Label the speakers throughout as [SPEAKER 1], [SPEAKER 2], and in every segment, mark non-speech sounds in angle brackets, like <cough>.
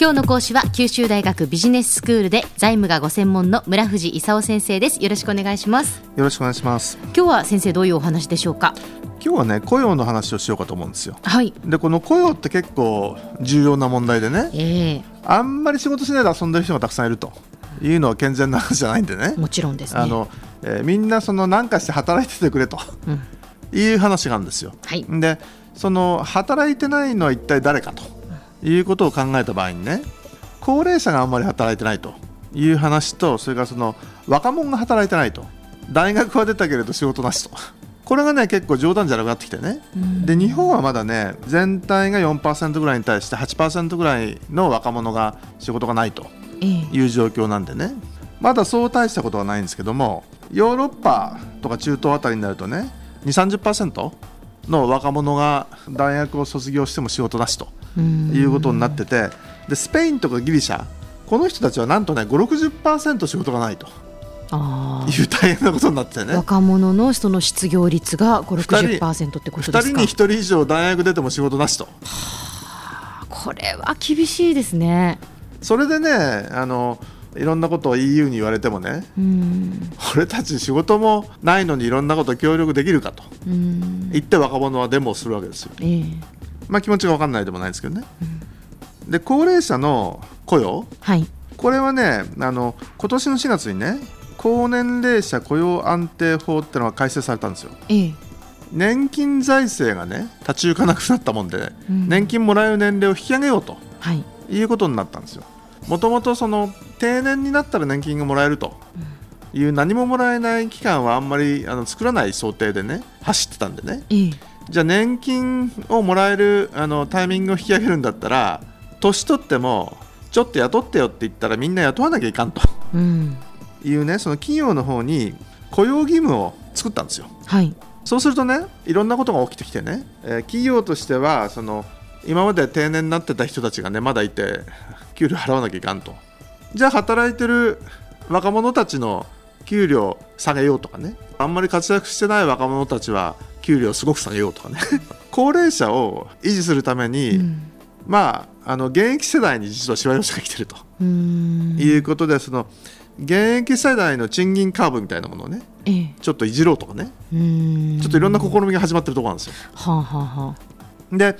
[SPEAKER 1] 今日の講師は九州大学ビジネススクールで財務がご専門の村藤勲先生ですよろしくお願いします
[SPEAKER 2] よろしくお願いします
[SPEAKER 1] 今日は先生どういうお話でしょうか
[SPEAKER 2] 今日はね雇用の話をしようかと思うんですよ
[SPEAKER 1] はい
[SPEAKER 2] でこの雇用って結構重要な問題でね
[SPEAKER 1] ええ
[SPEAKER 2] あんまり仕事しないで遊んでる人がたくさんいるというのは健全な話じゃないんでね
[SPEAKER 1] もちろんですね
[SPEAKER 2] あの、えーみんなその何かして働いててくれと
[SPEAKER 1] うん
[SPEAKER 2] いう話があるんですよ
[SPEAKER 1] はい
[SPEAKER 2] でその働いてないのは一体誰かということを考えた場合にね高齢者があんまり働いてないという話とそれからその若者が働いてないと大学は出たけれど仕事なしとこれがね結構冗談じゃなくなってきてねで日本はまだね全体が4%ぐらいに対して8%ぐらいの若者が仕事がないと
[SPEAKER 1] ええ
[SPEAKER 2] いう状況なんでねまだそう大したことはないんですけどもヨーロッパとか中東あたりになるとね2 3 0の若者が大学を卒業しても仕事なしと
[SPEAKER 1] うん
[SPEAKER 2] いうことになっててでスペインとかギリシャこの人たちはなんとね560%仕事がないと
[SPEAKER 1] ああ
[SPEAKER 2] いう大変なことになっててね
[SPEAKER 1] 若者のその失業率が
[SPEAKER 2] 2
[SPEAKER 1] 560%ってこと
[SPEAKER 2] 2
[SPEAKER 1] で
[SPEAKER 2] 人
[SPEAKER 1] す
[SPEAKER 2] に
[SPEAKER 1] か
[SPEAKER 2] 1人以上大学出ても仕事なしと
[SPEAKER 1] これは厳しいですね
[SPEAKER 2] それでねあのいろんなことを EU に言われてもね
[SPEAKER 1] うん
[SPEAKER 2] 俺たち仕事もないのにいろんなこと協力できるかと
[SPEAKER 1] うん
[SPEAKER 2] 言って若者はデモをするわけですよ。
[SPEAKER 1] ええ
[SPEAKER 2] まあ、気持ちが分かんないでもないですけどね。で高齢者の雇用
[SPEAKER 1] はい
[SPEAKER 2] これはねあの今年の4月にね高年齢者雇用安定法ってのが改正されたんですよ。
[SPEAKER 1] ええ
[SPEAKER 2] 年金財政がね立ち行かなくなったもんで、
[SPEAKER 1] うん
[SPEAKER 2] 年金もらえる年齢を引き上げようと
[SPEAKER 1] はい
[SPEAKER 2] いうことになったんですよ。もともとその定年になったら年金がもらえるという何ももらえない期間はあんまりあの作らない想定でね走ってたんでね
[SPEAKER 1] ええ
[SPEAKER 2] じゃあ年金をもらえるあのタイミングを引き上げるんだったら年取ってもちょっと雇ってよって言ったらみんな雇わなきゃいかんと
[SPEAKER 1] うん
[SPEAKER 2] いうねその企業の方に雇用義務を作ったんですよ
[SPEAKER 1] はい
[SPEAKER 2] そうするとねいろんなことが起きてきてね、えー企業としてはその今まで定年になってた人たちがねまだいて給料払わなきゃいかんとじゃあ働いてる若者たちの給料下げようとかねあんまり活躍してない若者たちは給料すごく下げようとかね <laughs> 高齢者を維持するために、
[SPEAKER 1] うん
[SPEAKER 2] まああの現役世代に実はしわ寄せが来てると
[SPEAKER 1] うん
[SPEAKER 2] いうことで、その現役世代の賃金カーブみたいなものをね
[SPEAKER 1] ええ
[SPEAKER 2] ちょっといじろうとかね
[SPEAKER 1] うん
[SPEAKER 2] ちょっといろんな試みが始まってるところなんですよ。
[SPEAKER 1] はあ、はあはあ、
[SPEAKER 2] で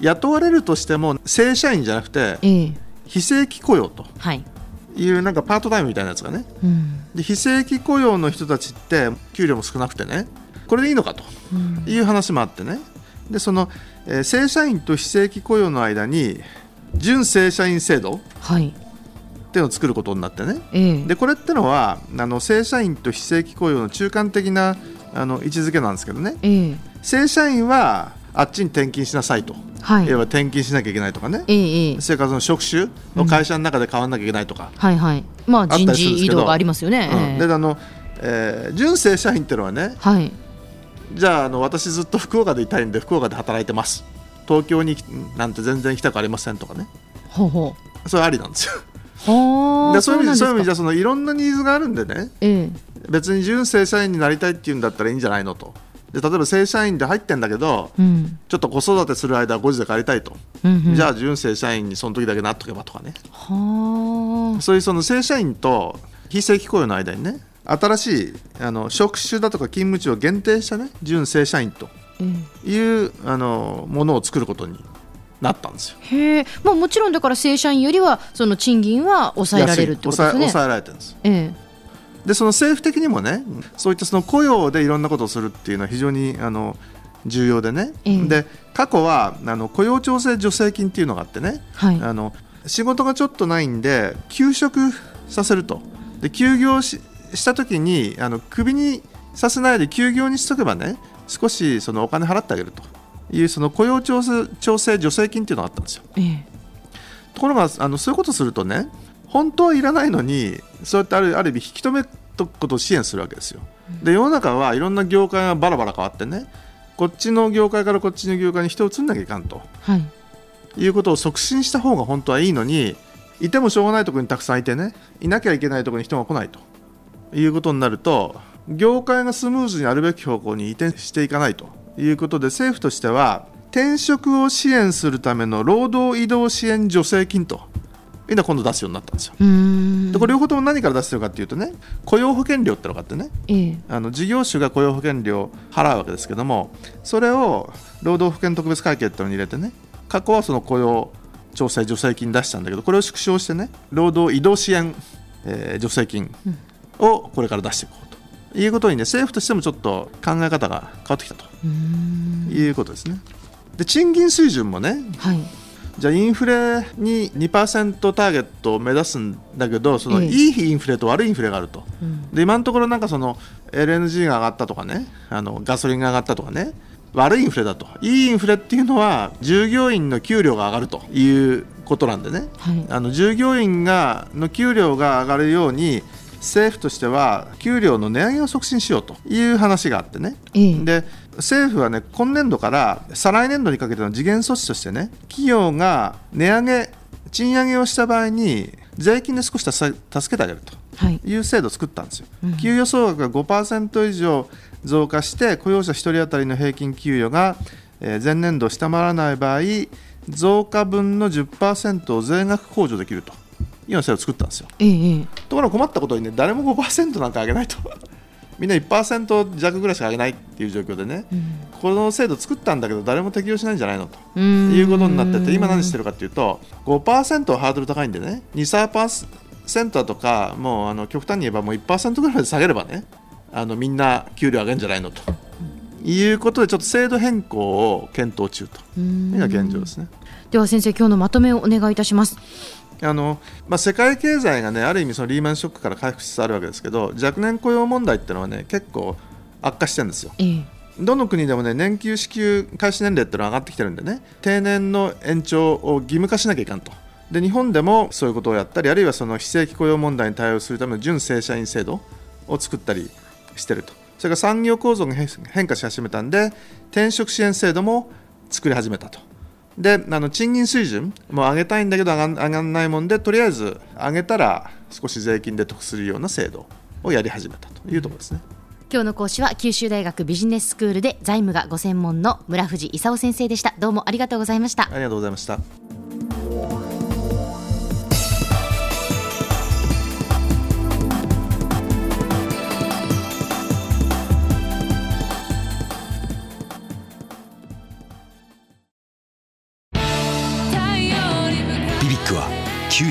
[SPEAKER 2] 雇われるとしても正社員じゃなくて
[SPEAKER 1] ええ
[SPEAKER 2] 非正規雇用と
[SPEAKER 1] はい、
[SPEAKER 2] いうなんかパートタイムみたいなやつがね
[SPEAKER 1] うん
[SPEAKER 2] で非正規雇用の人たちって給料も少なくてねこれでいいのかと
[SPEAKER 1] うん
[SPEAKER 2] いう話もあってねでその、えー正社員と非正規雇用の間に準正社員制度っ
[SPEAKER 1] はい
[SPEAKER 2] ていうのを作ることになってね
[SPEAKER 1] ええ
[SPEAKER 2] でこれってのはあの正社員と非正規雇用の中間的なあの位置づけなんですけどね
[SPEAKER 1] ええ
[SPEAKER 2] 正社員はあっちに転勤しなさいと、
[SPEAKER 1] はい
[SPEAKER 2] いわば転勤しなきゃいけないとかね
[SPEAKER 1] ええええ
[SPEAKER 2] 生活の職種の会社の中で変わらなきゃいけないとか、
[SPEAKER 1] はいはいまあ
[SPEAKER 2] ったりす
[SPEAKER 1] 人
[SPEAKER 2] るんですけど
[SPEAKER 1] 事異動がありますよね、
[SPEAKER 2] うん
[SPEAKER 1] ええ
[SPEAKER 2] であの、えー純正社員っていうのはね
[SPEAKER 1] はい
[SPEAKER 2] じゃああの私ずっと福岡でいたいんで福岡で働いてます東京になんて全然行きたくありませんとかね
[SPEAKER 1] ほうほ
[SPEAKER 2] それありなんですよ
[SPEAKER 1] うほ
[SPEAKER 2] でそういう意味そういう意味じ
[SPEAKER 1] ゃ
[SPEAKER 2] ゃそのいろんなニーズがあるんでね
[SPEAKER 1] ええ
[SPEAKER 2] 別に純正社員になりたいっていうんだったらいいんじゃないのとで例えば正社員で入ってんだけど
[SPEAKER 1] うん
[SPEAKER 2] ちょっと子育てする間は5時で帰りたいと、
[SPEAKER 1] うんうん
[SPEAKER 2] じゃあ純正社員にその時だけなっとけばとかね
[SPEAKER 1] はあ
[SPEAKER 2] そういうその正社員と非正規雇用の間にね、新しいあの職種だとか勤務地を限定したね、準正社員と
[SPEAKER 1] ええ
[SPEAKER 2] いうあのものを作ることになったんですよ。
[SPEAKER 1] へえまあもちろんだから正社員よりはその賃金は抑えられるってことです
[SPEAKER 2] 安い抑え
[SPEAKER 1] ね
[SPEAKER 2] 抑えられてるんです。
[SPEAKER 1] え
[SPEAKER 2] で、その政府的にもね、そういったその雇用でいろんなことをするっていうのは非常にあの重要でね、
[SPEAKER 1] ええ
[SPEAKER 2] で過去はあの雇用調整助成金っていうのがあってね、
[SPEAKER 1] えはい
[SPEAKER 2] あの仕事がちょっとないんで休職させるとで休業しした時にあのクビにさせないで休業にしとけばね少しそのお金払ってあげるというその雇用調整調整助成金っていうのがあったんですよ
[SPEAKER 1] ええ
[SPEAKER 2] ところがあのそういうことするとね本当はいらないのにそうやってあるある意味引き止めとくことを支援するわけですよで世の中はいろんな業界がバラバラ変わってねこっちの業界からこっちの業界に人を移んなきゃいかんと
[SPEAKER 1] はい
[SPEAKER 2] いうことを促進した方が本当はいいのにいてもしょうがないところにたくさんいてねいなきゃいけないところに人が来ないということになると業界がスムーズにあるべき方向に移転していかないということで政府としては転職を支援するための労働移動支援助成金というのは今度出すようになったんですよ。
[SPEAKER 1] うーん
[SPEAKER 2] でこれ両方とも何から出してるかっていうとね雇用保険料ってのがあってね
[SPEAKER 1] ええ
[SPEAKER 2] あの事業主が雇用保険料を払うわけですけどもそれを労働保険特別会計ってのに入れてね過去はその雇用調整助成金出したんだけどこれを縮小してね労働移動支援、えー助成金をこれから出していこうということにね政府としてもちょっと考え方が変わってきたと
[SPEAKER 1] うーん
[SPEAKER 2] いうことですね。で賃金水準もね
[SPEAKER 1] はい
[SPEAKER 2] じゃあインフレに2%ターゲットを目指すんだけどその
[SPEAKER 1] ええ
[SPEAKER 2] いいインフレと悪いインフレがあると、
[SPEAKER 1] うん
[SPEAKER 2] で今のところなんかその LNG が上がったとかねあのガソリンが上がったとかね悪いインフレだといいインフレっていうのは従業員の給料が上がるということなんでね
[SPEAKER 1] はい
[SPEAKER 2] あの従業員がの給料が上がるように政府としては給料の値上げを促進しようという話があってね
[SPEAKER 1] ええ
[SPEAKER 2] で政府はね今年度から再来年度にかけての時限措置としてね企業が値上げ賃上げをした場合に税金で少したさ助けてあげると
[SPEAKER 1] はい
[SPEAKER 2] いう制度を作ったんですよ、
[SPEAKER 1] うん
[SPEAKER 2] 給与総額が5%以上増加して雇用者1人当たりの平均給与が、えー前年度を下回らない場合増加分の10%を税額控除できるというような制度を作ったんですよ
[SPEAKER 1] ええええ
[SPEAKER 2] ところが困ったことにね誰も5%なんか上げないとみんな1%弱ぐらいしか上げないっていう状況でね、
[SPEAKER 1] うん
[SPEAKER 2] この制度作ったんだけど誰も適用しないんじゃないのと
[SPEAKER 1] うーん
[SPEAKER 2] いうことになってて今何してるかっていうと5%はハードル高いんでね23%だとかもうあの極端に言えばもう1%ぐらいまで下げればねあのみんな給料上げるんじゃないのということでちょっと制度変更を検討中と
[SPEAKER 1] うー
[SPEAKER 2] い
[SPEAKER 1] ん
[SPEAKER 2] うのが現状ですね。
[SPEAKER 1] では先生今日のまとめをお願いいたします
[SPEAKER 2] あのまあ、世界経済が、ね、ある意味そのリーマンショックから回復しつつあるわけですけど若年雇用問題っていうのは、ね、結構悪化してるんですよ。
[SPEAKER 1] ええ
[SPEAKER 2] どの国でもね年給支給開始年齢ってのは上がってきてるんでね定年の延長を義務化しなきゃいかんとで日本でもそういうことをやったりあるいはその非正規雇用問題に対応するための準正社員制度を作ったりしてるとそれから産業構造が変変化し始めたんで転職支援制度も作り始めたとであの賃金水準も上げたいんだけど上がん上がんないもんでとりあえず上げたら少し税金で得するような制度をやり始めたというところですね。
[SPEAKER 1] 今日の講師は九州大学ビジネススクールで財務がご専門の村藤勲先生でしたどうもありがとうございました
[SPEAKER 2] ありがとうございました。
[SPEAKER 3] ビビックは九